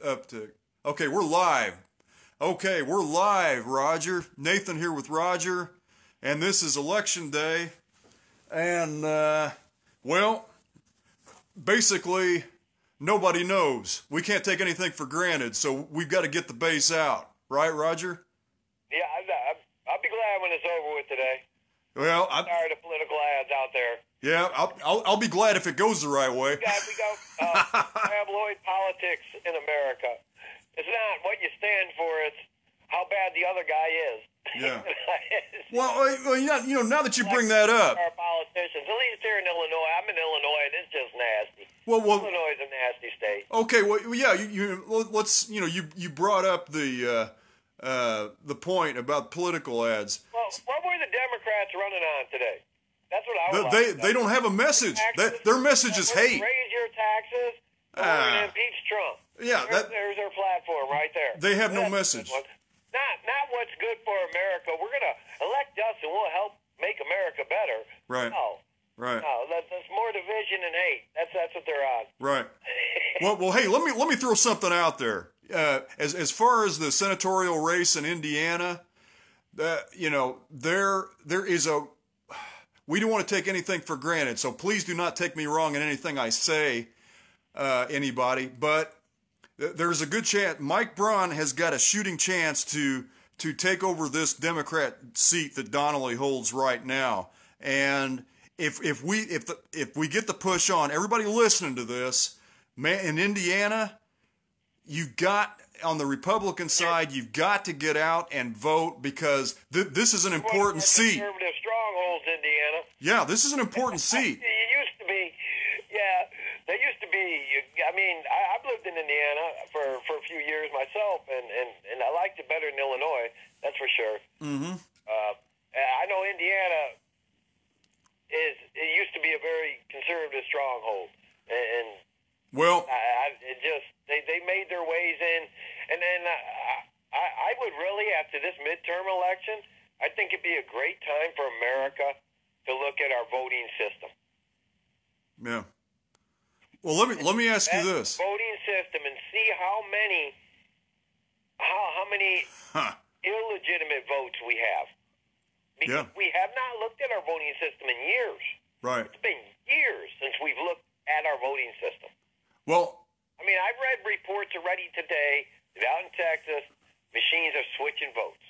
uptick. Okay, we're live. Okay, we're live, Roger. Nathan here with Roger, and this is election day. And, uh, well, basically, nobody knows. We can't take anything for granted, so we've got to get the base out. Right, Roger? Yeah, I, I, I'll be glad when it's over with today. Well, I, Sorry to political ads out there. yeah, I'll, I'll, I'll be glad if it goes the right way. God, we go uh, tabloid politics in America. It's not what you stand for; it's how bad the other guy is. Yeah. It's Well, I- well, you know, you know, now that you bring that up, Our politicians, at least here in Illinois. I'm in Illinois, and it's just nasty. well, well, Illinois is a nasty state. Okay, well, yeah, you, you well, let's you know you you brought up the uh, uh, the point about political ads. Well, what were the Democrats running on today? That's what I They was. they, they don't have a message. They, their message is hate. Raise your taxes. Ah. Or we're gonna impeach Trump. Yeah, there's, that- there's their platform right there. They have no That's a message. good one. Not not what's good for America. We're gonna elect us, and we'll help make America better. Right. No, Right, no, that's, that's more division and hate. That's that's what they're on. right. Well, well, hey, let me let me throw something out there. Uh, as as far as the senatorial race in Indiana, that you know there there is a we don't want to take anything for granted. So please do not take me wrong in anything I say, uh, anybody. But th- there's a good chance Mike Braun has got a shooting chance to to take over this Democrat seat that Donnelly holds right now. And if if we if the, if we get the push on, everybody listening to this, man, in Indiana, you've got on the Republican side, you've got to get out and vote because th- this is an One of important our seat. Conservative strongholds, Indiana. Yeah, this is an important seat. It used to be, yeah. There used to be. you- I mean, I, I've lived in Indiana for for a few years myself, and and and I liked it better than Illinois. That's for sure. Mm-hmm. Uh, and I know Indiana is. It used to be a very conservative stronghold, and, and Well, I, I it just they they made their ways in, and then I, I I would really after this midterm election, I think it'd be a great time for America to look at our voting system. yeah. Well, let me let me ask you that this. voting system and see how many how how many Huh. illegitimate votes we have. Because Yeah. we have not looked at our voting system in years. Right. It's been years since we've looked at our voting system. Well, I mean, I've read reports already today that out in Texas, machines are switching votes.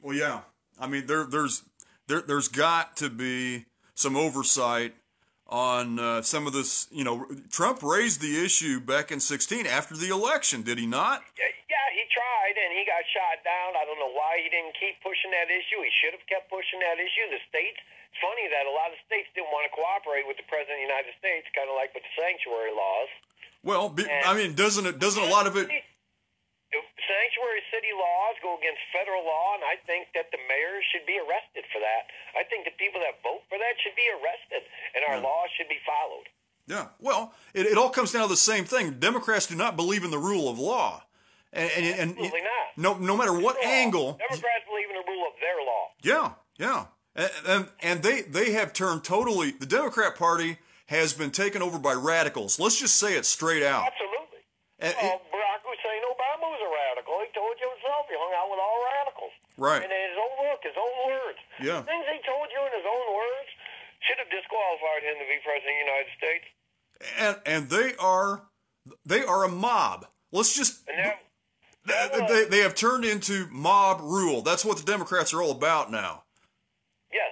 well, yeah. I mean, there there's there there's got to be some oversight on uh, some of this. You know, Trump raised the issue back in '16 after the election, did he not? Yeah, yeah, he tried and he got shot down. I don't know why he didn't keep pushing that issue. He should have kept pushing that issue. The states, it's funny that a lot of states didn't want to cooperate with the president of the United States, kind of like with the sanctuary laws. Well, be, I mean, doesn't it doesn't a lot of it? Sanctuary city laws go against federal law, and I think that the mayors should be arrested for that. I think the people that vote for that should be arrested, and our laws should be followed. Yeah. Well, it, it all comes down to the same thing. Democrats do not believe in the rule of law, and and, and Absolutely not. no no matter what angle. Democrats believe in the rule of their law. Yeah, yeah, and, and and they they have turned totally. The Democrat Party has been taken over by radicals. Let's just say it straight out. Absolutely. And Well, it- Barack Hussein Obama was a radical. He told you himself he hung out with all radicals. Right. And in his own book, his own words. Yeah. The things he told you in his own words should have disqualified him to be president of the United States. and and they are they are a mob. Let's just And that, they, they, they have turned into mob rule. That's what the Democrats are all about now. yes.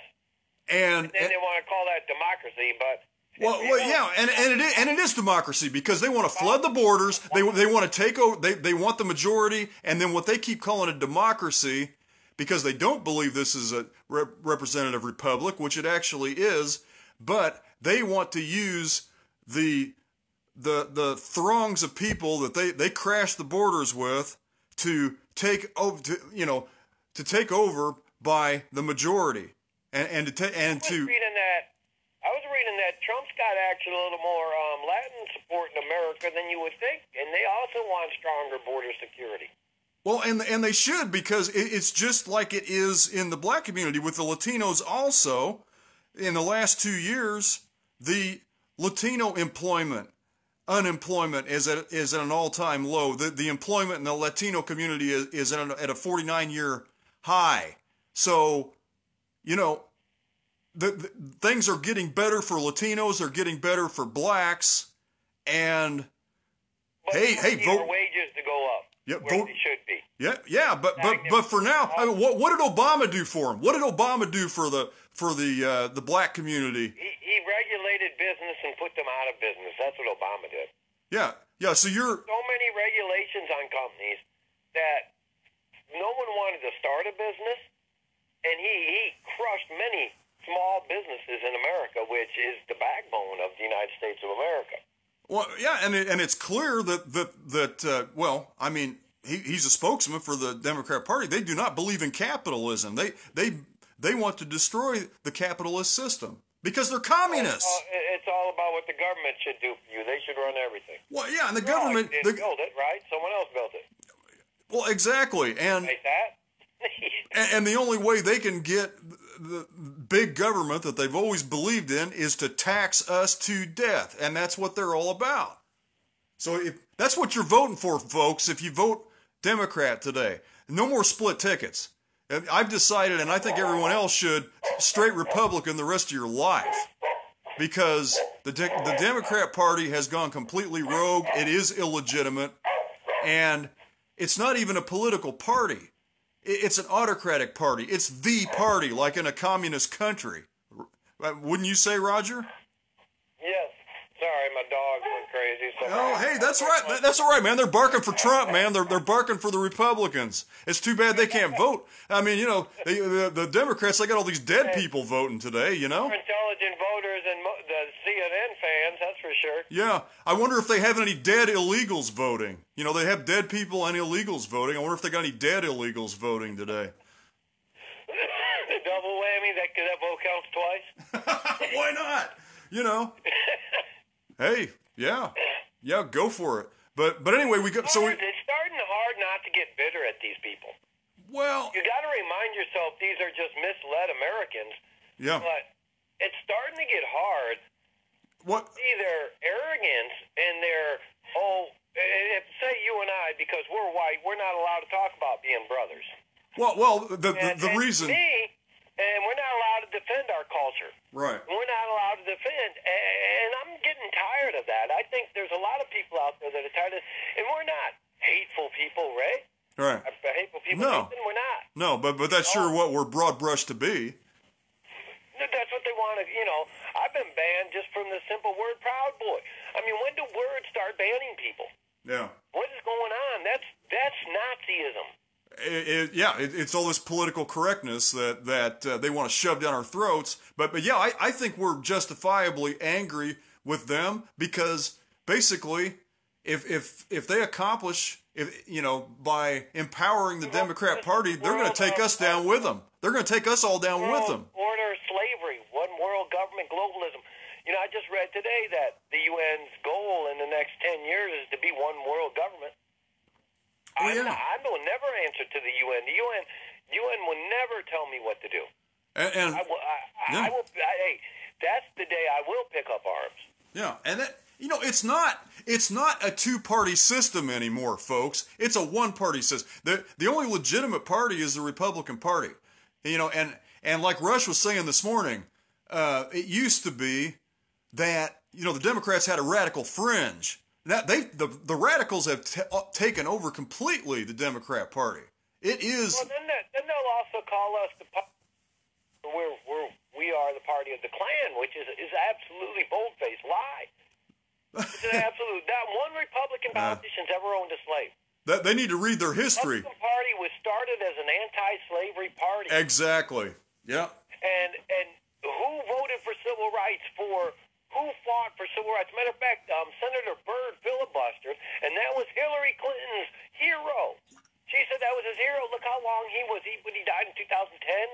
And, Then they want to call that democracy, but well, well, yeah, and and it is, and it is democracy because they want to flood the borders. They they want to take over. They they want the majority, and then what they keep calling a democracy, because they don't believe this is a rep- representative republic, which it actually is. But they want to use the the the throngs of people that they they crash the borders with to take over to you know to take over by the majority and and to ta- and I was to reading that. I was reading that Trump's got actually a little more um, Latin support in America than you would think, and they also want stronger border security. Well, and and they should because it, it's just like it is in the black community with the Latinos. Also, in the last two years, the Latino employment unemployment is at, is at an all time low. The, the employment in the Latino community is, is at, an, at a 49 year high. So, you know, the, the, things are getting better for Latinos, they're getting better for blacks, and But hey, we hey, need vote. our wages to go up. Yeah, where vote- they should be. Yeah, yeah, but but but for now, Oh. I mean, what what did Obama do for him? What did Obama do for the for the uh, the black community? He, he regulated business and put them out of business. That's what Obama did. Yeah, yeah. So you're So many regulations on companies that no one wanted to start a business, and he, he crushed many small businesses in America, which is the backbone of the United States of America. Well, yeah, and it, and it's clear that that that uh, well, I mean, he, he's a spokesman for the Democrat Party. They do not believe in capitalism. They they they want to destroy the capitalist system because they're communists. Uh, it- it's all about what the government should do for you. They should run everything. Well, yeah, and the government. didn't The, build it, right? Someone else built it. well, exactly, and Like that? and, and the only way they can get the big government that they've always believed in is to tax us to death, and that's what they're all about. So if that's what you're voting for, folks, if you vote Democrat today, no more split tickets. And I've decided, and I think everyone else should straight Republican the rest of your life because the De- the Democrat Party has gone completely rogue. It is illegitimate, and it's not even a political party. I- It's an autocratic party. It's the party, like in a communist country. Uh, Wouldn't you say, Roger? yes. Sorry, my dog went crazy. So Oh, hey, that's right. That- That's all right, man. They're barking for Trump, man. They're they're barking for the Republicans. It's too bad they can't vote. I mean, you know, they, the the Democrats they got all these dead people voting today. You know. More intelligent voters and mo- the CNN fans, that's for sure. Yeah, I wonder if they have any dead illegals voting. You know, they have dead people and illegals voting. I wonder if they got any dead illegals voting today. The double whammy, that, that vote counts twice. Why not? You know. hey, yeah, yeah, go for it. But but anyway, we got so we it's starting hard not to get bitter at these people. well You got to remind yourself these are just misled Americans, yeah. but it's starting to get hard What? see their arrogance and their oh if say you and I because we're white we're not allowed to talk about being brothers. Well, well, the the, And, the and reason me and we're not allowed to defend our culture. right. We're not allowed to defend, a- and I'm getting tired of that. I think there's a lot of people out there that are tired of, and we're not hateful people, right? Right. Uh, Hateful people, No. Nathan, we're not. No, but but that's sure what we're broad brushed to be. That- That's what they want to, you know. I've been banned just from the simple word "proud boy." I mean, when do words start banning people? Yeah. What is going on? That's that's Nazism. it, it, yeah, it, it's all this political correctness that that uh, they want to shove down our throats. But but yeah, I, I think we're justifiably angry with them because basically, if if if they accomplish if you know by empowering the Democrat Party, they're going to take us down with them. They're going to take us all down with them. World Order slavery, one world government globalism. You know, I just read today that the UN's goal in the next ten years is to be one world government. Oh, I'm yeah. not- I will never answer to the UN. The UN, UN will never tell me what to do. And, and I will. I, Yeah. I will. I, hey, that's the day I will pick up arms. Yeah, and that you know, it's not it's not a two party system anymore, folks. It's a one party system. The the only legitimate party is the Republican Party. You know, and and like Rush was saying this morning, uh, it used to be that you know the Democrats had a radical fringe. Now they the the radicals have t- uh, taken over completely the Democrat Party. It is Well, then, they, then they'll also call us the. par- We're, we're we are the party of the Klan, which is is absolutely bold-faced lie. It's an absolute. Not one Republican politician's ever owned a slave. that they need to read their history. Republican Party was started as an anti-slavery party, Exactly. Yeah. and and who voted for civil rights for? Who fought for civil rights? Matter of fact, um, Senator Byrd filibustered, and that was Hillary Clinton's hero. She said that was his hero. Look how long he was. He, when he died in 2010,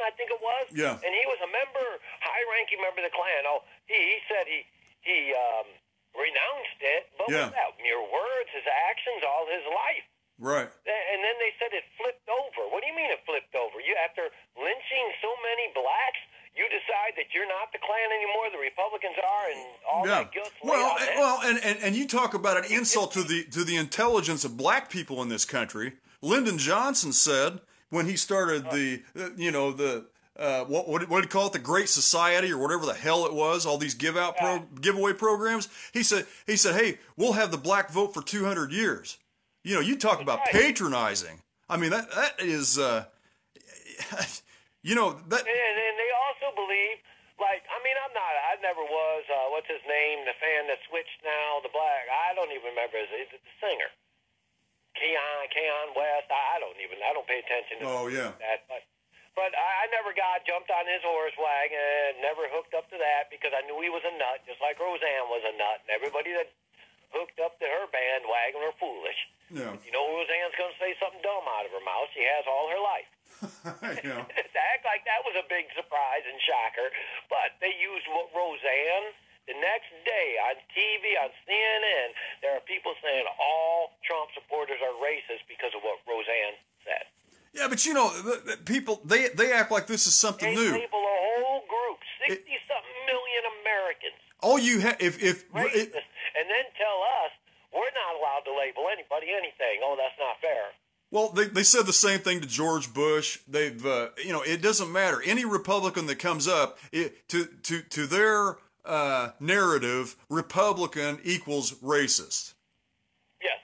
I think it was. Yeah. And he was a member, high-ranking member of the Klan. Oh, he, he said he he um, renounced it, but Yeah. without mere words, his actions, all his life. Right. And then they said it flipped over. What do you mean it flipped over? You after lynching so many blacks, you decide that You're not the Klan anymore. The Republicans are, and all Yeah. that guilt's laid Well, out, and- man. well, and, and and you talk about an insult to the to the intelligence of black people in this country. Lyndon Johnson said when he started the uh, you know the uh, what what what did he call it the Great Society or whatever the hell it was all these give out pro- giveaway programs. He said he said hey we'll have the black vote for two hundred years. You know you talk about right. patronizing. I mean that that is uh, you know that And then they also believe, like, I mean, I'm not, I never was, uh, what's his name, the fan that switched now, the black, I don't even remember, his, is it the singer? Keon, Keon West, I, I don't even, I don't pay attention to oh yeah that, but, but I, I never got jumped on his horse wagon, never hooked up to that because I knew he was a nut, just like Roseanne was a nut, and everybody that hooked up to her bandwagon are foolish. yeah You know, Roseanne's going to say something dumb out of her mouth. She has all her life yeah to act like that was a big surprise and shocker. But they used what Roseanne. The next day on TV, on CNN, there are people saying all Trump supporters are racist because of what Roseanne said. yeah but you know the, the people they they act like this is something They new. label a whole group, 60 something million Americans, All you have, if if it- racist, and then tell us we're not allowed to label anybody anything. Oh, that's not fair. well, they, they said the same thing to George Bush. They've uh, you know it doesn't matter. Any Republican that comes up it, to to to their uh, narrative, Republican equals racist. Yes,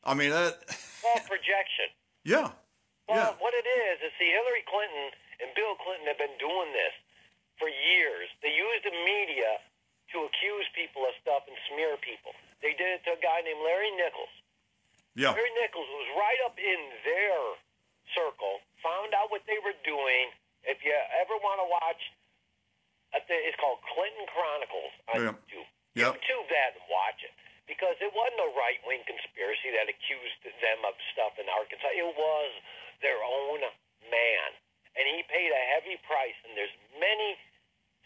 I mean that, false projection. yeah, Well, yeah, what it is is see, Hillary Clinton and Bill Clinton have been doing this for years. They use the media to accuse people of stuff and smear people. They did it to a guy named Larry Nichols. yeah, Larry Nichols was right up in their circle, found out what they were doing. If you ever want to watch, I think it's called Clinton Chronicles on Yeah. YouTube. Yeah. YouTube that and watch it. Because it wasn't a right wing conspiracy that accused them of stuff in Arkansas. It was their own man. And he paid a heavy price, and there's many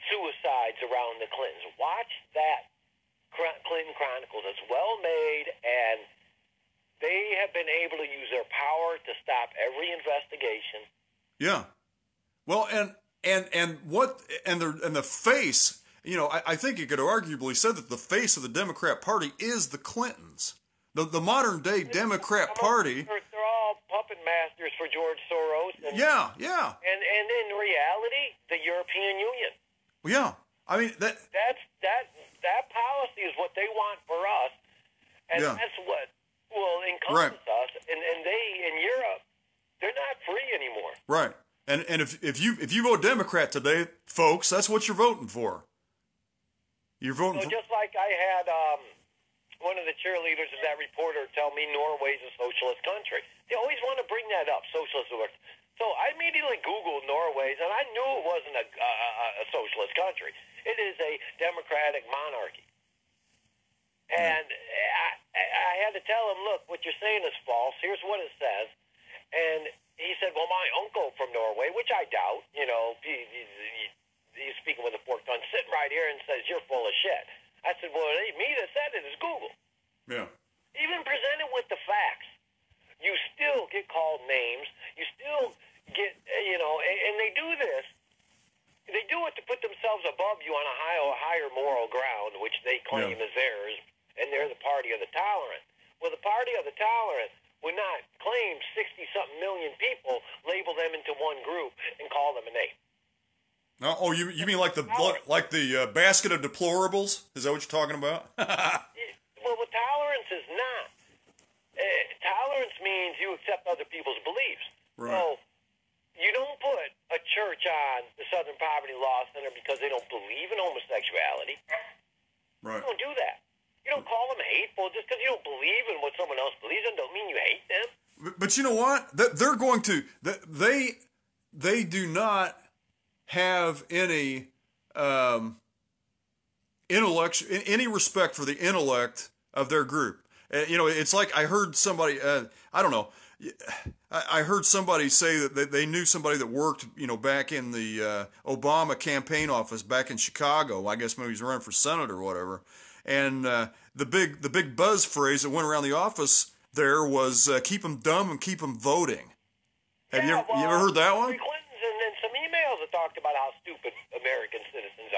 suicides around the Clintons. Watch that Cr- Clinton Chronicles. It's well made, and they have been able to use their power to stop every investigation. yeah. Well, and and and what and the and the face. You know, I, I think you could arguably say that the face of the Democrat Party is the Clintons. The, the modern day Democrat Party. They're, they're all puppet masters for George Soros, and, Yeah, yeah. and and in reality, the European Union. Yeah, I mean that. That's that that policy is what they want for us, and Yeah. that's what will encompass us. And and they in Europe, they're not free anymore. Right, and and if if you if you vote Democrat today, folks, that's what you're voting for. You're voting So for just like I had um, one of the cheerleaders of that reporter tell me Norway's a socialist country. They always want to bring that up, socialist. or- So I immediately Googled Norway's, and I knew it wasn't a, a, a- a socialist country. It is a democratic monarchy. And I, I I had to tell him, look, what you're saying is false. Here's what it says. And he said, well, my uncle from Norway, which I doubt, you know, he, he, he, he's speaking with a forked tongue, sitting right here and says, you're full of shit. I said, well, it ain't me that said it, it's Google. yeah, Even presented with the facts, you still get called names. You still get, uh, you know, and, and they do this. They do it to put themselves above you on a high, a higher moral ground, which they claim Yeah. is theirs, and they're the party of the tolerant. Well, the party of the tolerant would not claim 60 something million people, label them into one group, and call them a name. No, oh, you you mean like the like, like the uh, basket of deplorables? Is that what you're talking about? Well, what tolerance is not. Uh, tolerance means you accept other people's beliefs. Right. So you don't put a church on the Southern Poverty Law Center because they don't believe in homosexuality. right. You don't do that. You don't call them hateful just because you don't believe in what someone else believes in. Don't mean you hate them. But, but you know what? Th- They're going to th- they they do not have any um, intellect any respect for the intellect of their group. Uh, you know, it's like I heard somebody uh, I don't know. I I heard somebody say that they, they knew somebody that worked, you know, back in the uh, Obama campaign office back in Chicago. I guess maybe he's running for senate or whatever. And uh, the big the big buzz phrase that went around the office there was uh, "keep them dumb and keep them voting." Have you, Yeah, ever, you ever well, heard that one? Hillary Clinton's and then some emails that talked about how stupid American citizens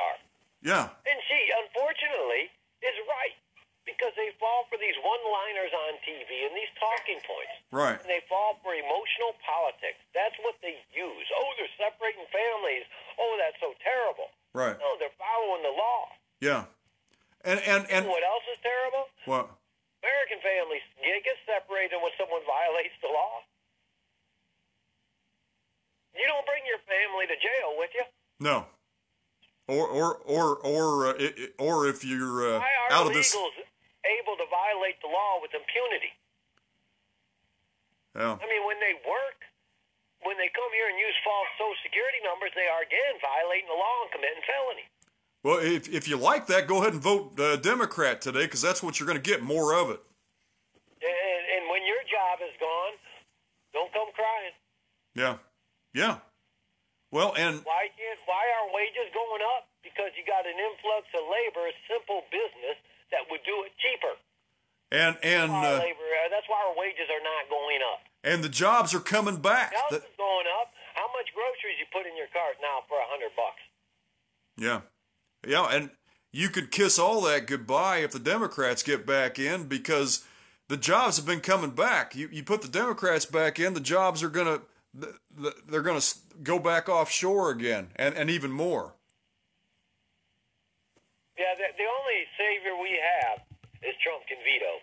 Yeah. And she, unfortunately, is right because they fall for these one-liners on TV and these talking points. Right. And they fall for emotional politics. That's what they use. Oh, they're separating families. Oh, that's so terrible. Right. No, they're following the law. Yeah. And and and what else is terrible? what? American families get get separated when someone violates the law. You don't bring your family to jail with you. No. Or or or or uh, i- i- or if you're uh, Why are out of this. illegals able to violate the law with impunity? Yeah. I mean, when they work, when they come here and use false Social Security numbers, they are again violating the law and committing felony. Well, if if you like that, go ahead and vote uh, Democrat today because that's what you're going to get more of it. And, and when your job is gone, don't come crying. Yeah. Yeah. Well, and Why can't? Why are wages going up? Because you got an influx of labor, simple business that would do it cheaper. and and Why uh, labor, uh, that's why our wages are not going up. and the jobs are coming back. House That- is going up. How much groceries you put in your cart now for a hundred bucks? Yeah. Yeah, and you could kiss all that goodbye if the Democrats get back in because the jobs have been coming back. You you put the Democrats back in, the jobs are going to they're going to go back offshore again and and even more. Yeah, the, the only savior we have is Trump can veto.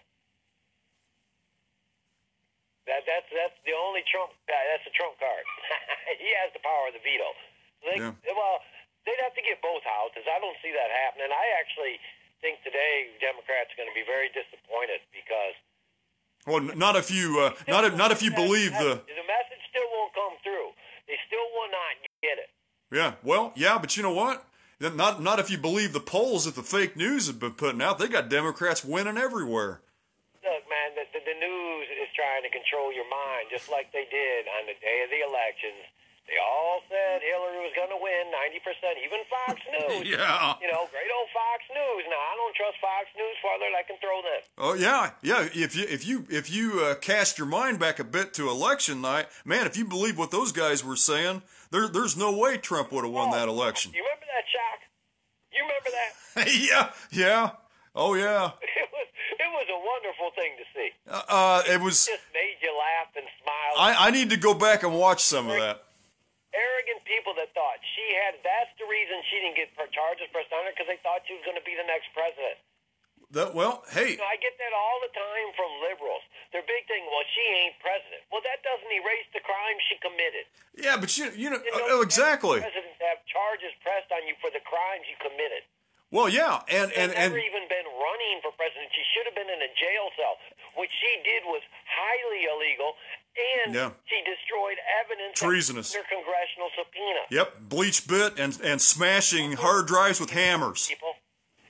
That that's that's the only Trump. That, that's the Trump card. he has the power of the veto. They, Yeah. Well, they'd have to get both houses. I don't see that happening. I actually think today Democrats are going to be very disappointed because Well, n- not if you uh, not if, not if you believe the the message still won't come through. They still will not get it. Yeah, well, yeah, but you know what? Then Not not if you believe the polls that the fake news have been putting out. They got Democrats winning everywhere. Look, man, the, the, the news is trying to control your mind, just like they did on the day of the elections. They all said Hillary was going to win 90%, even Fox News. Yeah. You know, great old Fox News. Now, I don't trust Fox News farther than I can throw them. Oh yeah, yeah. If you if you if you uh, cast your mind back a bit to election night, man, if you believe what those guys were saying, there there's no way Trump would have won that election. You remember that shock? You remember that? yeah, yeah. Oh yeah. It was, it was a wonderful thing to see. Uh, Uh, it was. Just made you laugh and smile. I I need to go back and watch some of that. arrogant people that thought she had that's the reason she didn't get per- charges pressed on her because they thought she was going to be the next president. That well, hey, You know, I get that all the time from liberals. Their big thing, well, she ain't president. Well, that doesn't erase the crime she committed. yeah, but you you know You oh, exactly. Presidents have charges pressed on you for the crimes you committed. Well, yeah, and and She's and never even been running for president. She should have been in a jail cell. What she did was highly illegal, and Yeah. she destroyed evidence that Treasonous. was under congressional subpoena. yep, bleach bit and and smashing hard drives with hammers. people.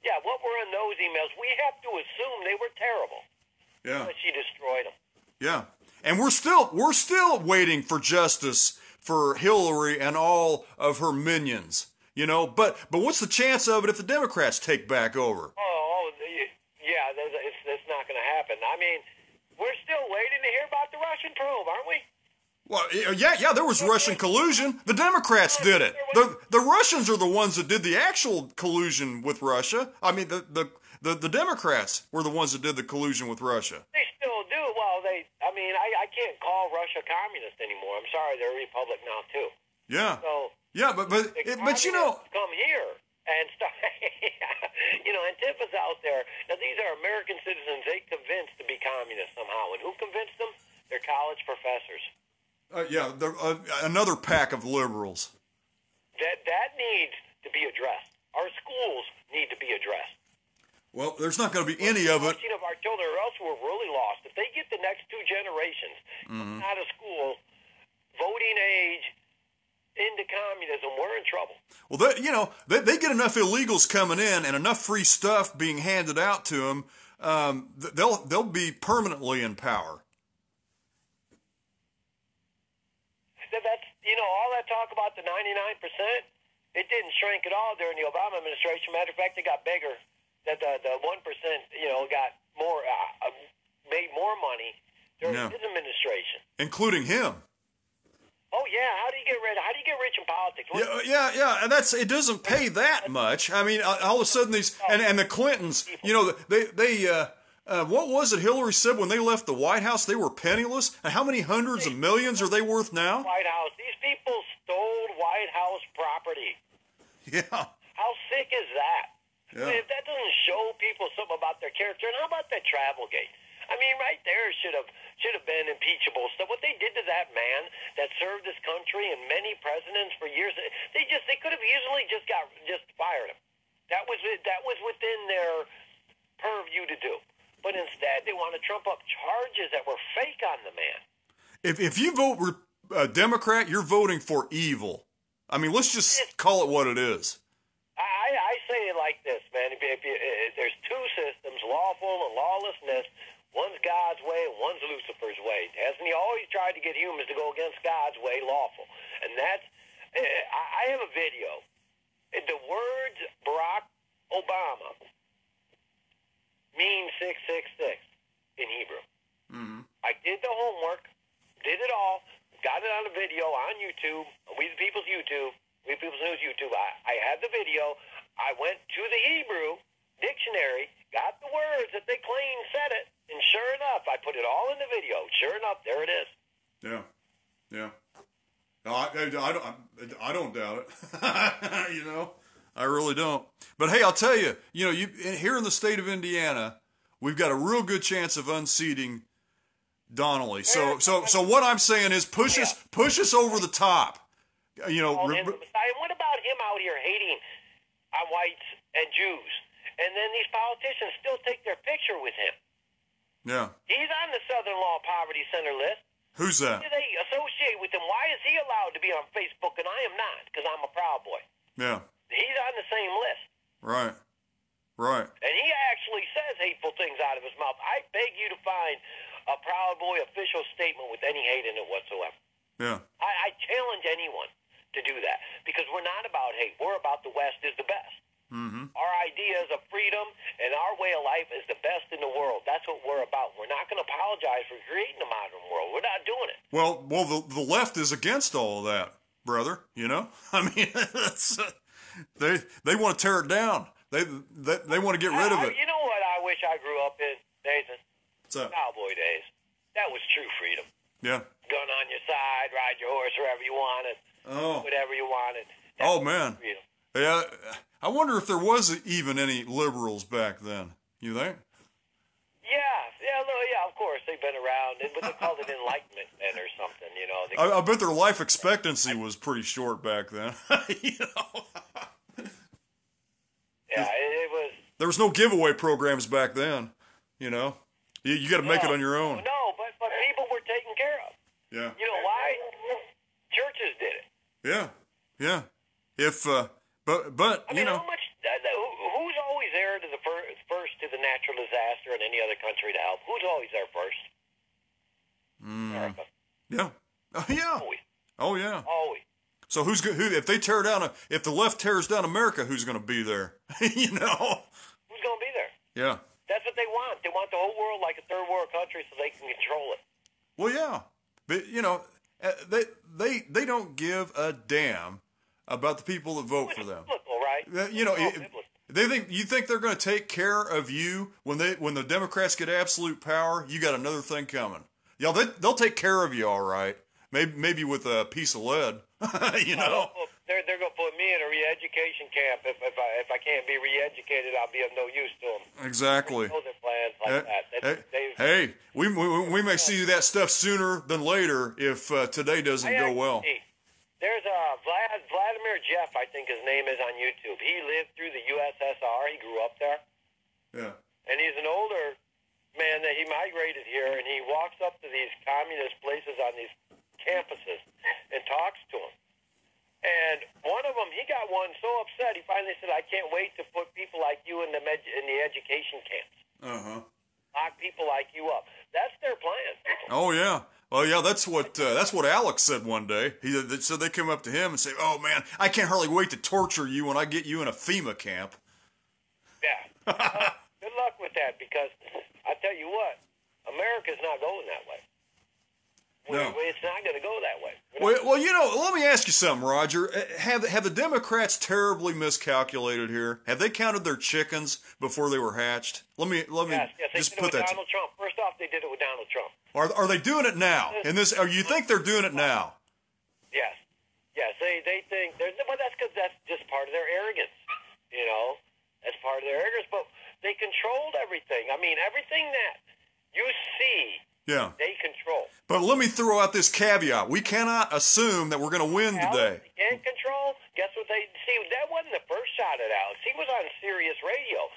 Yeah, what were in those emails? We have to assume they were terrible, Yeah. but she destroyed them. Yeah, and we're still we're still waiting for justice for Hillary and all of her minions. You know, but but what's the chance of it if the Democrats take back over? Oh, oh the- yeah, there's- it's, it's not going to happen. I mean, we're still waiting to hear about the Russian probe, aren't we? Well, uh, yeah, yeah, there was Russian collusion. The Democrats did it. The the Russians are the ones that did the actual collusion with Russia. I mean, the the the, the Democrats were the ones that did the collusion with Russia. They still do. Well, they. I mean, I, I can't call Russia communist anymore. I'm sorry, they're a republic now too. Yeah, So, yeah, but but the it, but you know, communists come here and start. you know, Antifa's out there. Now, these are American citizens. They convinced to be communist somehow, and who convinced them? Their college professors. uh, yeah, the, uh, another pack of liberals. That that needs to be addressed. Our schools need to be addressed. Well, there's not going to be any of it Teaching of our children, or else we're really lost. If they get the next two generations Mm-hmm. out of school, voting age, into communism, we're in trouble. Well, that you know, they, they get enough illegals coming in and enough free stuff being handed out to them. Um, th- they'll they'll be permanently in power. That- That's you know all that talk about the 99 percent. It didn't shrink at all during the Obama administration. Matter of fact, it got bigger. That the the one percent you know got more uh, uh, made more money during Yeah. his administration. including him. Oh yeah, how do you get rid? How do you get rich kitchen politics. What- Yeah, uh, yeah, yeah, and that's it. Doesn't pay that much. I mean, uh, all of a sudden these and, and the Clintons, you know, they they uh, uh, what was it? Hillary said when they left the White House, they were penniless. And how many hundreds of millions are they worth now? White House. These people stole White House property. Yeah, How sick is that? I mean, Yeah. if that doesn't show people something about their character, and how about that travel gate? I mean, right there should have should have been impeachable stuff. What they did to that man that served this country and many presidents for years, they just they could have easily just got just fired him. That was that was within their purview to do. But instead, they want to trump up charges that were fake on the man. if if you vote re- uh, Democrat, you're voting for evil. I mean, let's just call it what it is. I, I say it like this, man. If, if, if, if there's two systems, lawful and lawlessness. One's God's way, and one's Lucifer's way. Hasn't he always tried to get humans to go against God's way, lawful? And that's. eh, I I have a video. Eh, The words Barack Obama mean six six six in Hebrew. I did the homework, did it all, got it on a video on YouTube, We the People's YouTube, We the People's News YouTube. I, I had the video. I went to the Hebrew dictionary, got the words that they claim said it, and sure enough, I put it all in the video. Sure enough, there it is. Yeah, yeah. No, I, I, I don't. I don't doubt it. you know, I really don't. But hey, I'll tell you. You know, you in- here in the state of Indiana, we've got a real good chance of unseating Donnelly. So, so, so what I'm saying is, push us, push us over the top. You know, All re- in the Messiah. And what about him out here hating on whites and Jews? And then these politicians still take their picture with him. yeah. He's on the Southern Law Poverty Center list. Who's that? do they associate with him? Why is he allowed to be on Facebook and I am not? Because I'm a Proud Boy. Yeah. He's on the same list. Right. Right. And he actually says hateful things out of his mouth. I beg you to find a Proud Boy official statement with any hate in it whatsoever. Yeah. I, I challenge anyone to do that because we're not about hate. We're about the West is the best. Mm-hmm. Our ideas of freedom and our way of life is the best in the world. That's what we're about. We're not going to apologize for creating a modern world. We're not doing it. Well, well, the, the left is against all of that, brother. You know, I mean, that's, they they want to tear it down. They they, they want to get rid of I- it. I- you know what I wish I grew up in, Nathan? So, Cowboy days. That was true freedom. yeah. Gun on your side, ride your horse wherever you wanted, Oh. whatever you wanted. That Oh man. was freedom. Yeah. I wonder if there was even any liberals back then. You think? Yeah, yeah, no, yeah. Of course, they've been around, but they called it enlightenment then or something. You know, they, I, I bet their life expectancy was pretty short back then. you know, yeah, it, it was. there was no giveaway programs back then. You know, you, you got to make it on your own. No, but but people were taken care of. Yeah. You know why? Churches did it. Yeah. Yeah. If uh, but but I you mean, know. how much? Uh, who, who's always there to the fir- first to the natural disaster in any other country to help? Who's always there first? Hmm. America. Yeah. Oh, yeah. Always, Oh, yeah. always. So who's go- who? If they tear down, a, if the left tears down America, who's going to be there? you know. Who's going to be there? Yeah. That's what they want. They want the whole world like a third world country so they can control it. Well, yeah. But you know, uh, they they they don't give a damn about the people that vote for them. Biblical, right? Uh, You know, It's all it- biblical. they think you think they're going to take care of you when they when the Democrats get absolute power. You got another thing coming. Y'all, they, they'll take care of you all right. Maybe maybe with a piece of lead. you know. Well, They're, they're going to put me in a re-education camp. If, if, I, if I can't be re-educated, I'll be of no use to them. Exactly. Those are plans like Hey, that. That's, hey, they, hey, we, we, we may see that stuff sooner than later if uh, today doesn't I go actually- well. There's uh, Vlad, Vladimir Jeff, I think his name is on YouTube. He lived through the USSR. He grew up there. Yeah. and he's an older man that he migrated here, and he walks up to these communist places on these campuses and talks to them. And one of them, he got one so upset, he finally said, "I can't wait to put people like you in the med- in the education camps, Uh huh. lock people like you up." That's their plan. Oh yeah. Well, yeah, that's what uh, that's what Alex said one day. He they- so they come up to him and say, "Oh man, I can't hardly wait to torture you when I get you in a FEMA camp." Yeah. Uh, good luck with that, because I tell you what, America's not going that way. We- No. we- It's not going to go that way. Well, well, you know, let me ask you something, Roger. Eh, Have have the Democrats terribly miscalculated here? Have they counted their chickens before they were hatched? Let me let me Yes, yes, they just did it put with that. Donald Trump. First off, they did it with Donald Trump. Are are they doing it now? In this, or you think they're doing it now? Yes, yes, they they think they're well. That's because that's just part of their arrogance, you know. That's part of their arrogance, but they controlled everything. I mean, everything that you see, Yeah. they control. But let me throw out this caveat: we cannot assume that we're going to win today. Alex in control. Guess what they see? That wasn't the first shot at Alex. He was on Sirius Radio,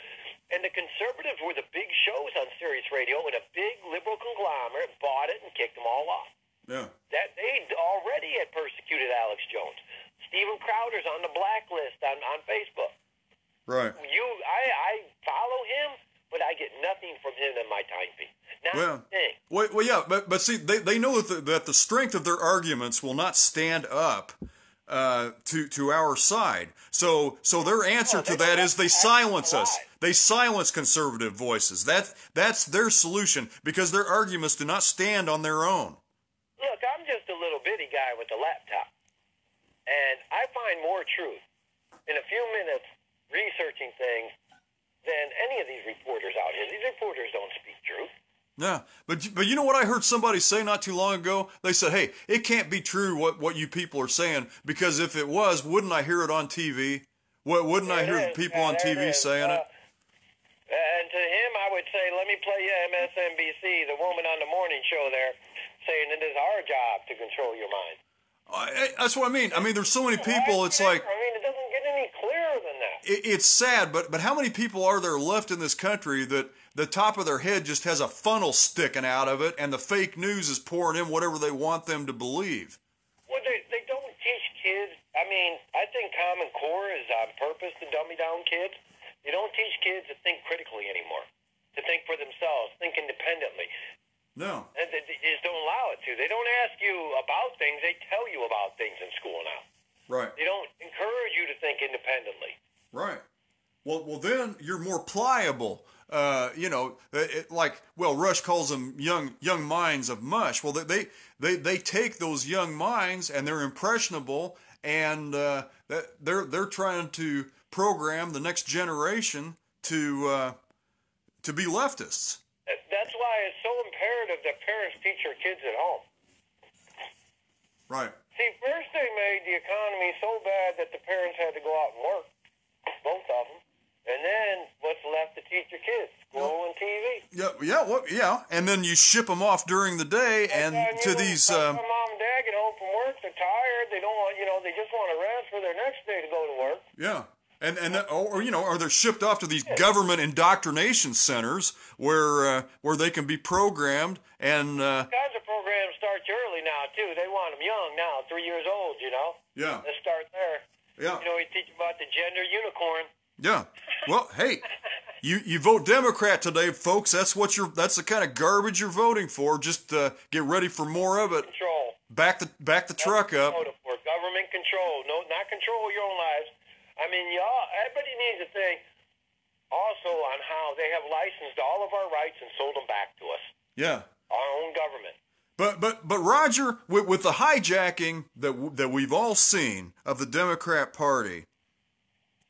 and the conservatives were the big shows on Sirius Radio, and a big liberal conglomerate bought it and kicked them all off. Yeah. That they already had persecuted Alex Jones. Stephen Crowder's on the blacklist on on Facebook. Right. You, I, I follow him, but I get nothing from him in my time feed. Not Well. a thing. Well, well, yeah, but but see, they, they know that the, that the strength of their arguments will not stand up uh, to to our side. So so their answer No, to they that don't is they have to silence us. lie. They silence conservative voices. That that's their solution because their arguments do not stand on their own. Look, I'm just a little bitty guy with a laptop, and I find more truth in a few minutes researching things than any of these reporters out here. These reporters don't speak truth. Yeah, but but you know what I heard somebody say not too long ago? They said, "Hey, it can't be true what what you people are saying because if it was, wouldn't I hear it on TV? What wouldn't I There hear it is. people Yeah, on there it TV is. saying it?" Uh, And to him, I would say, let me play you MSNBC, the woman on the morning show there, saying it is our job to control your mind. I, I- that's what I mean. I mean, there's so many people. It's like I mean, it doesn't get any clearer than that. it, it's sad, but but how many people are there left in this country that the top of their head just has a funnel sticking out of it, and the fake news is pouring in whatever they want them to believe? Well, they, they don't teach kids. I mean, I think Common Core is on purpose to dummy down kids. You don't teach kids to think critically anymore, to think for themselves, think independently. No. And they, they just don't allow it to. They don't ask you about things. They tell you about things in school now. Right. They don't encourage you to think independently. Right. Well, well, then you're more pliable. Uh, you know, it, it- like well, Rush calls them young young minds of mush. Well, they they they, they take those young minds and they're impressionable, and uh, that- they're they're trying to program the next generation to uh, to be leftists. That- That's why it's so imperative that parents teach their kids at home. Right. See, first they made the economy so bad that the parents had to go out and work, both of them. And then what's left to teach your kids? School and TV. Yeah. Yeah. Well, yeah. And then you ship them off during the day and By the time to you- these. by the Um, time mom and dad get home from work, they're tired. They don't want, you know, they just want to rest for their next day to go to work. Yeah. And and that- or or, you know, or they're shipped off to these government indoctrination centers where uh, where they can be programmed and uh, Kinds of programs start early now too. They want them young now, three years old. You know. yeah Let's start there. yeah You know, we teach about the gender unicorn. yeah. Well, hey, you you vote Democrat today, folks. That's what you're. That's the kind of garbage you're voting for. Just uh, get ready for more of it. Control. Back the back the truck up. voted for government control. No, not control your own lives. I mean, y'all. Everybody needs to think also on how they have licensed all of our rights and sold them back to us, Yeah. our own government. But but but Roger, with, with the hijacking that w- that we've all seen of the Democrat Party,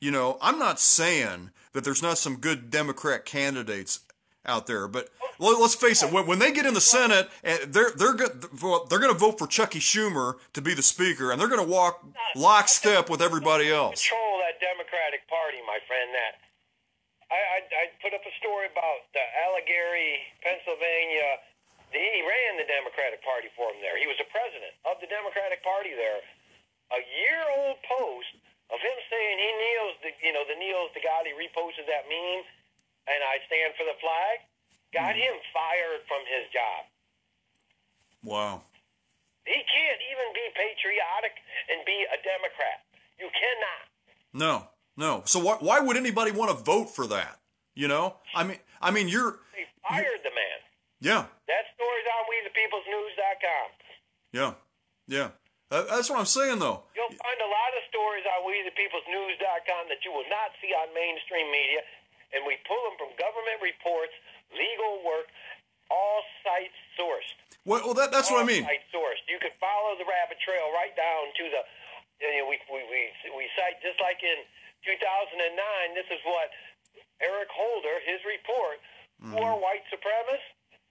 you know, I'm not saying that there's not some good Democrat candidates out there, but let, us face it, when, when they get in the Senate, eh, they're they're go, they're going to vote for Chuckie Schumer to be the speaker, and they're going to walk lockstep with everybody else. Control that Democratic Party, my friend. That I, I, I put up a story about the Allegheny, Pennsylvania. He ran the Democratic Party for him there. He was the president of the Democratic Party there. A year-old post of him saying he kneels, the, you know, the kneels to God. He reposted that meme, and I stand for the flag. Got him fired from his job. Wow. He can't even be patriotic and be a Democrat. You cannot. No, no. So why why would anybody want to vote for that? You know, I mean, I mean, you're They fired the man. yeah. That story's on WeThePeoplesNews.com. Yeah, yeah. Uh, that's what I'm saying, though. You'll find a lot of stories on WeThePeoplesNews.com that you will not see on mainstream media, and we pull them from government reports, legal work, all sites sourced. Well, well that, that's what I All mean. Site sourced. You can follow the rabbit trail right down to the. And, you know, we, we we we cite just like in 2009. This is what Eric Holder, his report. Mm-hmm. Who are white supremacists?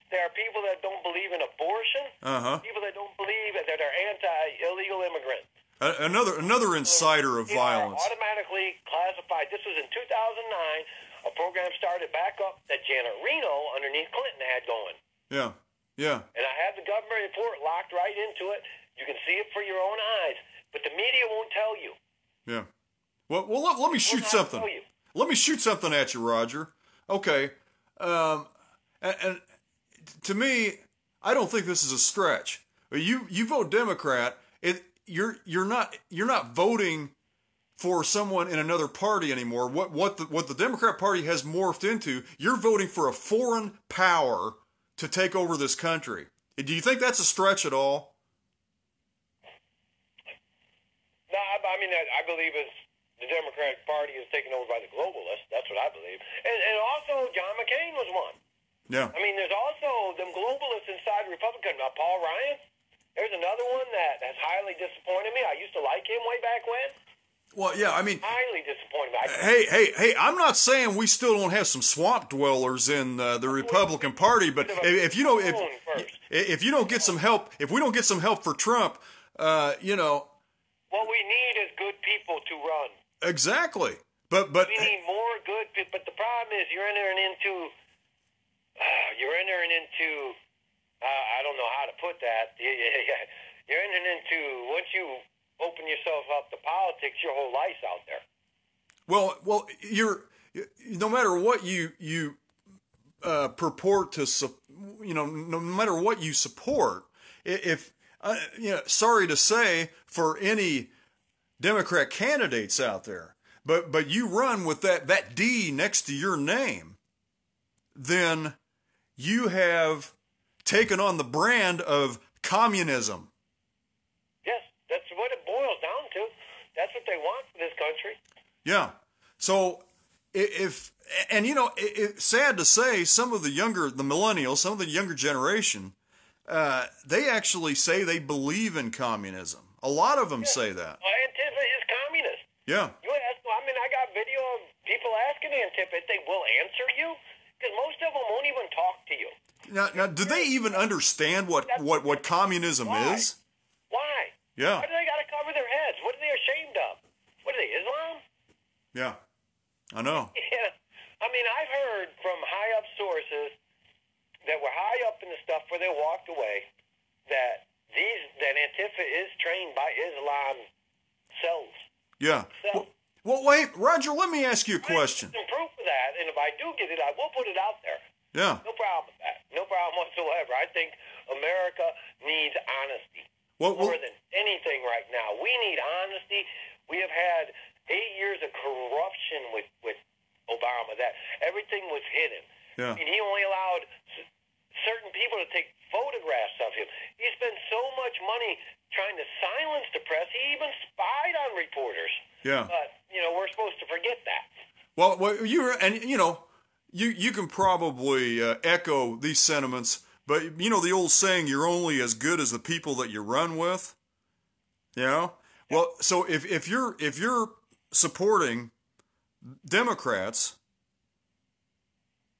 There are people that don't believe in abortion. Uh-huh. People that don't believe that they're anti-illegal immigrants. A- another another inciter of They are violence. automatically classified. This was in 2009. A program started back up that Janet Reno, underneath Clinton, had going. Yeah, yeah. And I have the government report locked right into it. You can see it for your own eyes. But the media won't tell you. Yeah. Well, well let, let me shoot not something. tell you. Let me shoot something at you, Roger. Okay. Um, and, and to me, I don't think this is a stretch. You you vote Democrat, it you're you're not you're not voting for someone in another party anymore. What what the, what the Democrat Party has morphed into, you're voting for a foreign power to take over this country. Do you think that's a stretch at all? No, I, I mean, I, I believe it's the Democratic Party is taken over by the globalists. That's what I believe. And, and also, John McCain was one. Yeah. I mean, there's also them globalists inside Republican. Uh, Paul Ryan. There's another one that has highly disappointed me. I used to like him way back when. Well, yeah. I mean, Highly disappointed. me. I, Hey, hey, hey! I'm not saying we still don't have some swamp dwellers in uh, the Republican Party, but if, if you don't, if, if you don't get some help, if we don't get some help for Trump, uh, you know what we need is good people to run. exactly. But but We need more good people. But the problem is you're entering into uh, you're entering into uh, I don't know how to put that. You're entering into once you open yourself up to politics, your whole life's out there. well, well, you're no matter what you you uh, purport to, sup- you know, no matter what you support, i- if uh, you know, sorry to say for any Democrat candidates out there, but but you run with that that D next to your name, then you have taken on the brand of communism. Yes, that's what it boils down to. That's what they want for this country. Yeah. So i- if and you know, it, it, sad to say, some of the younger, the millennials, some of the younger generation, uh, they actually say they believe in communism. A lot of them say that. Well, Antifa is communist. Yeah. You ask, I mean, I got video of people asking Antifa if they will answer you because most of them won't even talk to you. Now, now, do they even understand what what what communism is? Why? Yeah. Why do they got to cover their heads? What are they ashamed of? What are they, Islam? Yeah. I know. Yeah. I mean, I've heard from high up sources that were high up in the stuff where they walked away that these that Antifa is trained by Islam cells. Yeah. Well, well, wait, Roger. Let me ask you a question. Some proof of that, and if I do get it, I will put it out there. Yeah. No problem with that. No problem whatsoever. I think America needs honesty Well, well more than anything right now. We need honesty. We have had eight years of corruption with, with Obama. That everything was hidden. Yeah. I mean, he only allowed c- certain people to take photographs of him. He spent so much money trying to silence the press. He even spied on reporters. yeah. But you know, we're supposed to forget that. Well, well you and you know, you you can probably uh, echo these sentiments, but you know the old saying, "You're only as good as the people that you run with." You know. Well, so if if you're if you're supporting Democrats,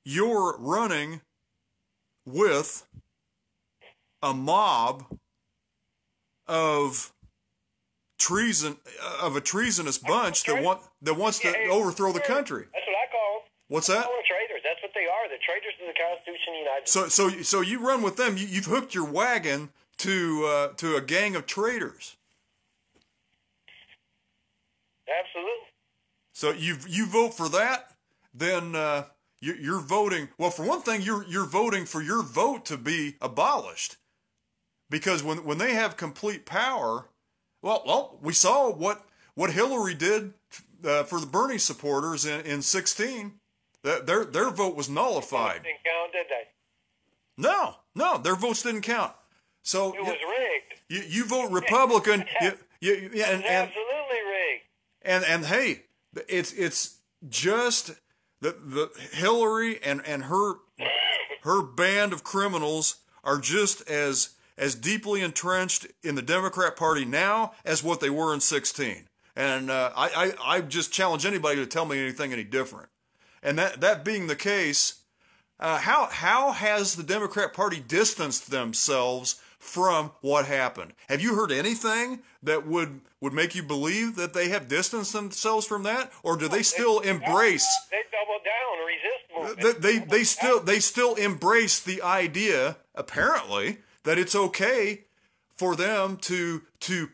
you're running with a mob of treason of a treasonous bunch that want that wants to overthrow the country. That's what I call them. What's that? Call them traitors. That's what they are. They're traitors to the Constitution of the United States. So so so you run with them. You, you've hooked your wagon to uh, to a gang of traitors. Absolutely. So you you vote for that, then uh, you, you're voting. Well, for one thing, you're you're voting for your vote to be abolished, because when when they have complete power, well, well, we saw what what Hillary did uh, for the Bernie supporters in, in sixteen. That their their vote was nullified. Didn't count, did they? No, no, their votes didn't count. So It was rigged. you, you vote Republican. You, you, yeah, and, It's and absolutely rigged. and and hey, it's it's just the the Hillary and and her her band of criminals are just as as deeply entrenched in the Democrat Party now as what they were in 16. And uh, I, I, I just challenge anybody to tell me anything any different. And that, that being the case, uh, how, how has the Democrat Party distanced themselves from what happened? Have you heard anything that would, would make you believe that they have distanced themselves from that? Or do they still embrace? They double down, resist movement. They, they, they still they still embrace the idea apparently that it's okay for them to to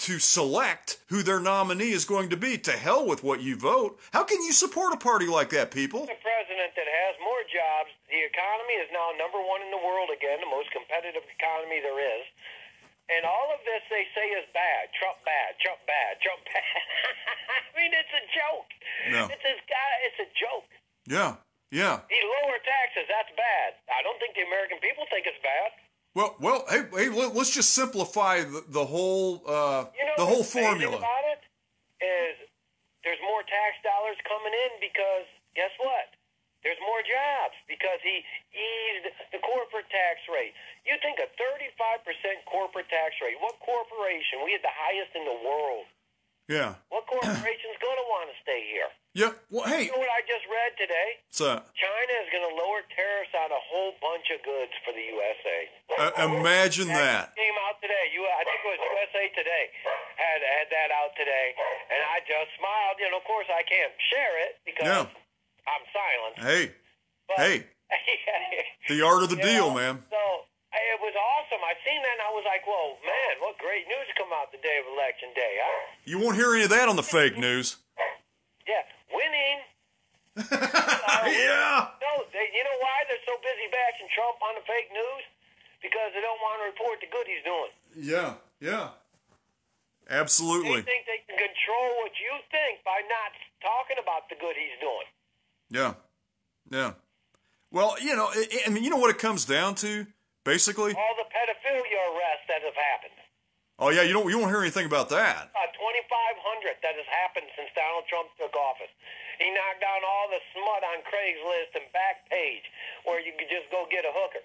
to select who their nominee is going to be. To hell with what you vote. How can you support a party like that, people? a president that has more jobs. The economy is now number one in the world again, the most competitive economy there is. And all of this they say is bad. Trump bad. Trump bad. Trump bad. I mean, it's a joke. No. It's this guy. It's a joke. Yeah, yeah. He lower taxes. That's bad. I don't think the American people think it's bad. Well, well. Hey, hey let, us just simplify the, the whole uh, You know the whole what's amazing formula. about it is there's more tax dollars coming in because guess what? There's more jobs because he eased the corporate tax rate. You think a 35% corporate tax rate? What corporation? We had the highest in the world. Yeah, What corporation's going to want to stay here? yeah. Well, hey, You know what I just read today? so uh, China is going to lower tariffs on a whole bunch of goods for the USA. uh, imagine that. came out today. You, I think it was USA Today had had that out today, and I just smiled. You know, of course I can't share it because No. I'm silent. Hey, But hey, the art of the You deal, know, man. So I- it was awesome. I seen that, and I was like, "Whoa, man! What great news come out the day of election day!" Huh? You won't hear any of that on the fake news. Yeah, winning. Yeah. No, they, you know why they're so busy bashing Trump on the fake news? Because they don't want to report the good he's doing. Yeah, yeah. They Absolutely. think they can control what you think by not talking about the good he's doing. Yeah, yeah. Well, you know, i I- I mean, you know what it comes down to, basically. all the pedophilia arrests that have happened. Oh yeah, you don't you won't hear anything about that. About 2,500 that has happened since Donald Trump took office. He knocked down all the smut on Craigslist and Backpage, where you could just go get a hooker.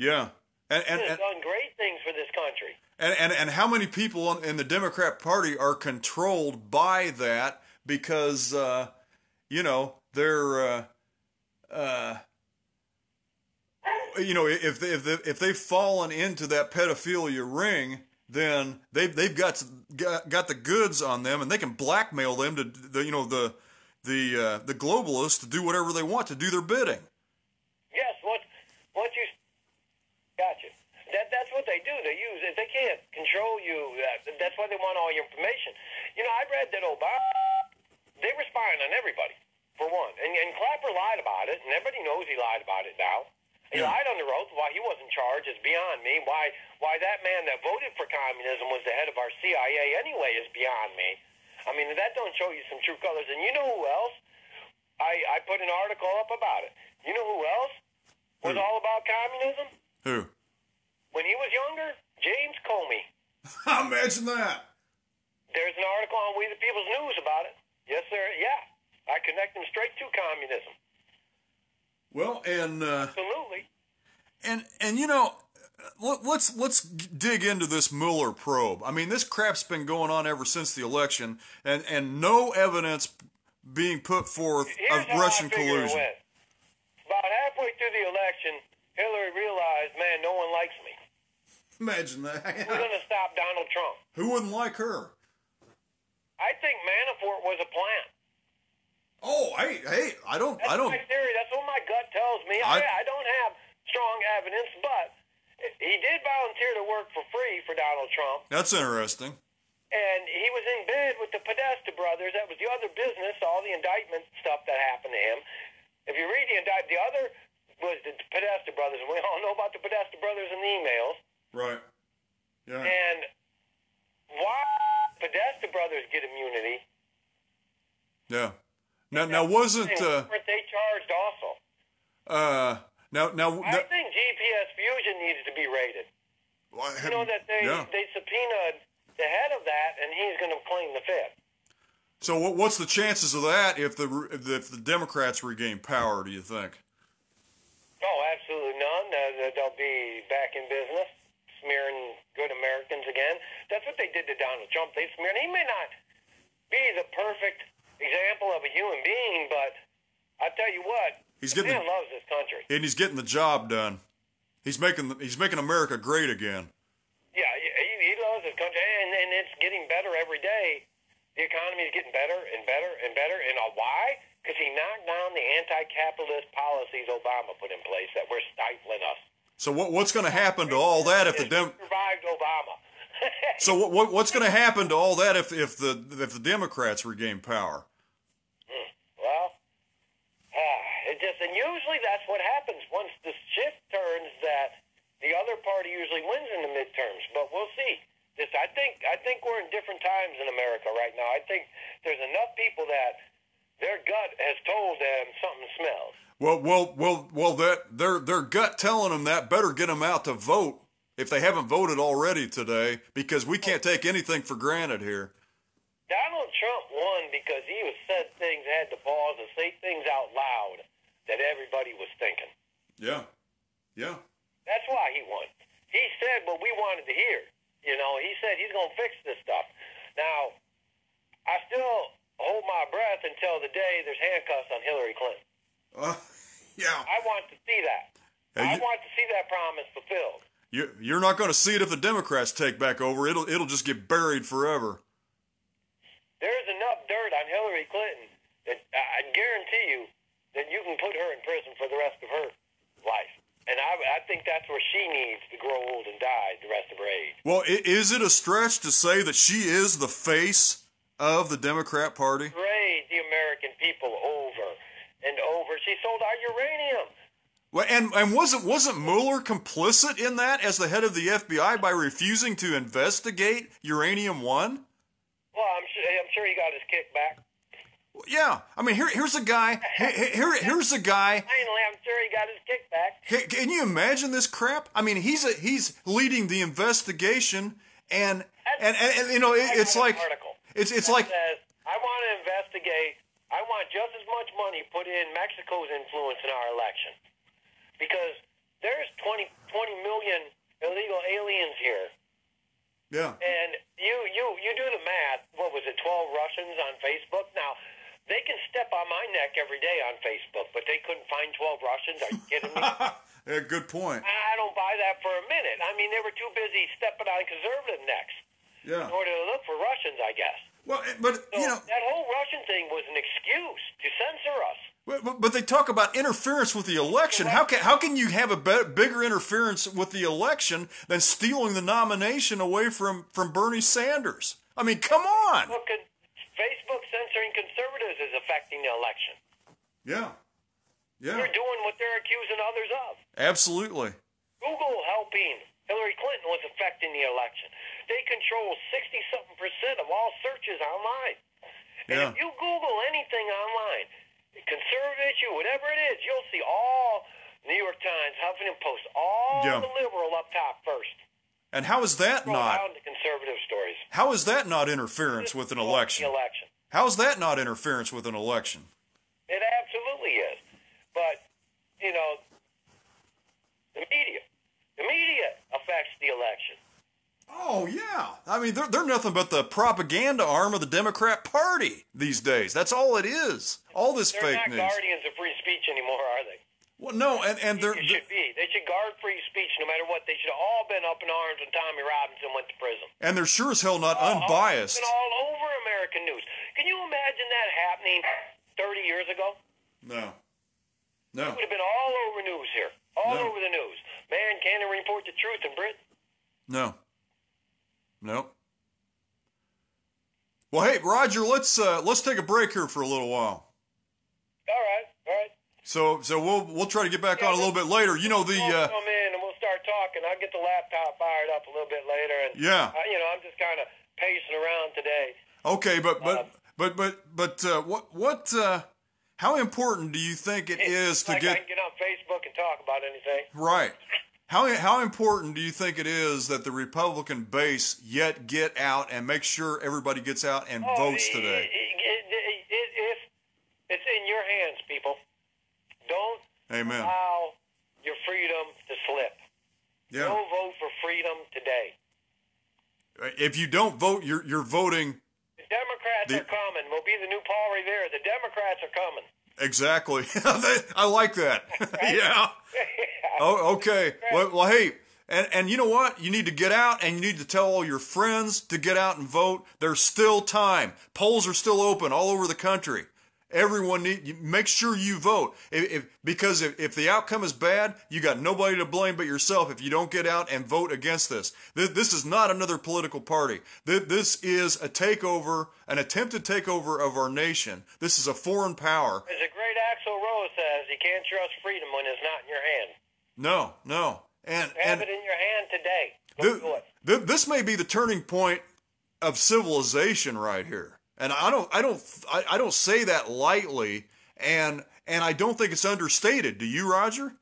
Yeah, and and He has and, done great things for this country. and, and, and how many people on- in the Democrat Party are controlled by that because uh, you know they're. Uh, uh, you know, if they, if they, if they've fallen into that pedophilia ring, then they've they've got got, got the goods on them, and they can blackmail them to the you know the the uh, the globalists to do whatever they want to do their bidding. Yes, once once you gotcha. That that's what they do. They use if they can't control you. Uh, that's why they want all your information. You know, I read that Obama they were spying on everybody for one, and and Clapper lied about it, and everybody knows he lied about it now. He Yeah. lied under oath. Why he wasn't charged is beyond me. Why why that man that voted for communism was the head of our CIA anyway is beyond me. I mean, that don't show you some true colors. And you know who else? I I put an article up about it. You know who else? was Who? all about communism Who? when he was younger. James Comey. Imagine that. There's an article on We the People's News about it. Yes, sir. Yeah, I connect him straight to communism. Well, and uh, Absolutely. and and you know, let, let's let's dig into this Mueller probe. I mean, this crap's been going on ever since the election, and and no evidence being put forth Here's of how Russian I figure collusion. It went. About halfway through the election, Hillary realized, man, no one likes me. Imagine We're that. going to stop Donald Trump. Who wouldn't like her? I think Manafort was a plant. Oh, hey, hey, I don't, I That's don't. my theory. That's what my gut tells me. I, I- I don't have strong evidence, but he did volunteer to work for free for Donald Trump. That's interesting. and he was in bed with the Podesta brothers. That was the other business, all the indictment stuff that happened to him. If you read the indict, the other was the Podesta brothers, and we all know about the Podesta brothers and the emails. Right. Yeah. And why did Podesta brothers get immunity? Yeah. Now, now wasn't And uh, weren't they charged also? uh now now I think GPS Fusion needs to be raided. You know that they yeah. they subpoenaed the head of that, and he's going to claim the fifth. So what, what's the chances of that if the if the Democrats regain power? Do you think? No, absolutely none. Uh, they'll be back in business. I smearing good Americans again. That's what they did to Donald Trump. They smeared. He may not be the perfect example of a human being, but I tell you what, He's the getting man the, loves this country. and he's getting the job done. He's making the, he's making America great again. Yeah, he, he loves his country, and, and it's getting better every day. The economy is getting better and better and better. And uh, why? Because he knocked down the anti-capitalist policies Obama put in place that were stifling us. So what what's going to happen to all that if the Dem- Survived Obama. so what, what what's going to happen to all that if if the if the Democrats regain power? well, uh, it just and usually that's what happens once the shift turns that the other party usually wins in the midterms. But we'll see. This I think I think we're in different times in America right now. I think there's enough people that their gut has told them something smells. Well, well, well, well. That their their gut telling them that better get them out to vote if they haven't voted already today, because we can't take anything for granted here. Donald Trump won because he was said things, had the balls to say things out loud that everybody was thinking. Yeah, yeah. That's why he won. He said what we wanted to hear. You know, he said he's going to fix this stuff. Now, I still hold my breath until the day there's handcuffs on Hillary Clinton. Uh, yeah. I want to see that. Hey, I you- want to see that promise fulfilled. You you're not going to see it if the Democrats take back over. It'll it'll just get buried forever. There's enough dirt on Hillary Clinton that I I guarantee you that you can put her in prison for the rest of her life. And I, I think that's where she needs to grow old and die the rest of her age. Well, i- is it a stretch to say that she is the face of the Democrat Party? Braid the American people over and over. She sold our uranium. Well, and and wasn't wasn't Mueller complicit in that as the head of the FBI by refusing to investigate Uranium One? Well, I'm sure, I'm sure he got his kick back. Yeah, I mean here here's a guy here- here here's a guy. Finally, I'm sure he got his kick back. Can, can you imagine this crap? I mean he's a, he's leading the investigation and and, and, and, you know it, it's like Article. it's it's like says, I want to investigate. I want just as much money put in Mexico's influence in our election. Because there's 20, 20 million illegal aliens here. yeah And you, you, you do the math. What was it, 12 Russians on Facebook? Now, they can step on my neck every day on Facebook, but they couldn't find 12 Russians? Are you kidding me? yeah good point I don't buy that for a minute. I mean, they were too busy stepping on conservative necks yeah in order to look for Russians, I guess. well but So you know that whole Russian thing was an excuse to censor us. But, but- but they talk about interference with the election. How can how can you have a be- bigger interference with the election than stealing the nomination away from from Bernie Sanders? I mean, come on. Look at Facebook censoring conservatives is affecting the election. Yeah, yeah, They're doing what they're accusing others of. absolutely. Google helping Hillary Clinton was affecting the election. They control 60 something percent of all searches online. And Yeah. if you Google anything online, conservative issue, whatever it is, you'll see all New York Times, Huffington Post, all Yeah. the liberal up top first. And how is that Scroll not down to conservative stories. how is that not interference with an Control election? The election. How is that not interference with an election? It absolutely is. But, you know, the media. The media affects the election. Oh yeah, I mean they're they're nothing but the propaganda arm of the Democrat Party these days. That's all it is. All this They're fake not news. guardians of free speech anymore, are they? Well, no, and and they're It should be. They should guard free speech no matter what. They should have all been up in arms when Tommy Robinson went to prison. And they're sure as hell not Oh, unbiased. It's been all over American news. Can you imagine that happening 30 years ago? No. No. It would have been all over news here. All No. over the news. Man, can they report the truth in Britain? No. No. Well, hey, Roger, let's uh, let's take a break here for a little while. All right, all right. So so we'll we'll try to get back on a little bit later. You know the I'll uh, come in and we'll start talking. I'll get the laptop fired up a little bit later. And, Yeah. uh, you know, I'm just kind of pacing around today. okay, but but but but but uh, what what uh, how important do you think it is to like I get can get on Facebook and talk about anything. right? How how important do you think it is that the Republican base yet get out and make sure everybody gets out and Oh, votes it- today? It, it, it, it, it's, it's in your hands, people. Don't Amen. allow your freedom to slip. Yeah. Go vote for freedom today. If you don't vote, you're you're voting The Democrats The- are coming. We'll be the new Paul Revere. The Democrats are coming. exactly. I like that. yeah. Oh, okay. Well, well, hey, and and you know what? You need to get out, and you need to tell all your friends to get out and vote. There's still time. Polls are still open all over the country. Everyone need you- make sure you vote. If, if because if, if the outcome is bad, you got nobody to blame but yourself if you don't get out and vote against this. This, this is not another political party. Th- This is a takeover, an attempted takeover of our nation. This is a foreign power. As the great Axel Rose says, you can't trust freedom when it's not in your hand. No, no. And Have and it in your hand today. Go Th do it. th this may be the turning point of civilization right here, and I don't, I don't, I, I don't say that lightly, and and I don't think it's understated. Do you, Roger?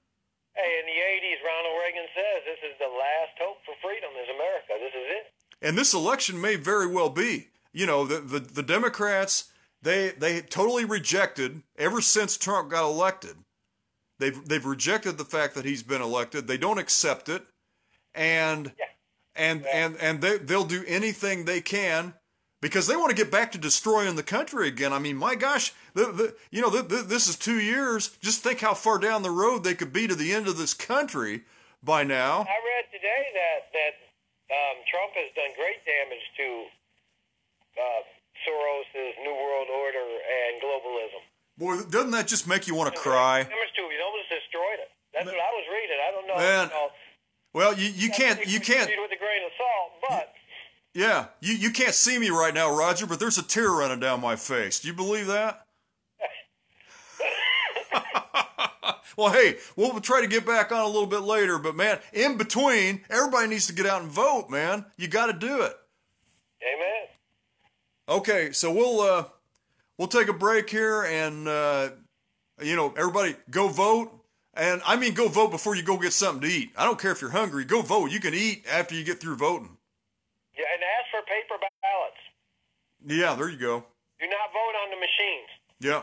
Hey, in the 80s, Ronald Reagan says this is the last hope for freedom is America. This is it. And this election may very well be. You know, the the, the Democrats they they totally rejected ever since Trump got elected. They've they've rejected the fact that he's been elected. They don't accept it, and and and and they they'll do anything they can because they want to get back to destroying the country again. I mean, my gosh, the, the, you know, the, the, this is two years. Just think how far down the road they could be to the end of this country by now. I read today that that um, Trump has done great damage to uh, Soros' New World Order and globalism. Boy, doesn't that just make you want to cry? Damage to it. He's almost destroyed it. That's what I was reading. I don't know. Man, you know, Well, you, you can't you can't read with a grain of salt, but yeah you, you can't see me right now, Roger, but there's a tear running down my face. Do you believe that? well, hey, we'll try to get back on a little bit later, but man, in between, everybody needs to get out and vote, man. You got to do it. amen. Okay, so we'll uh, we'll take a break here, and uh, you know, everybody go vote, and I mean go vote before you go get something to eat. I don't care if you're hungry. Go vote. You can eat after you get through voting. Yeah, and ask for paper ballots. Yeah, there you go. Do not vote on the machines. Yeah.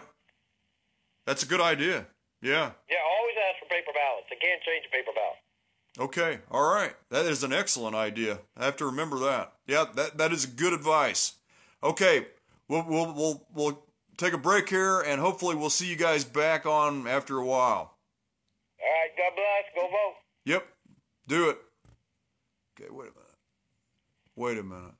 That's a good idea. Yeah. Yeah, always ask for paper ballots. They can't change a paper ballot. Okay. All right. That is an excellent idea. I have to remember that. Yeah, that, that is good advice. Okay. We'll, we'll, we'll, we'll take a break here and hopefully we'll see you guys back on after a while. All right, God bless. Go vote. Yep. Do it. Okay, wait a minute. Wait a minute.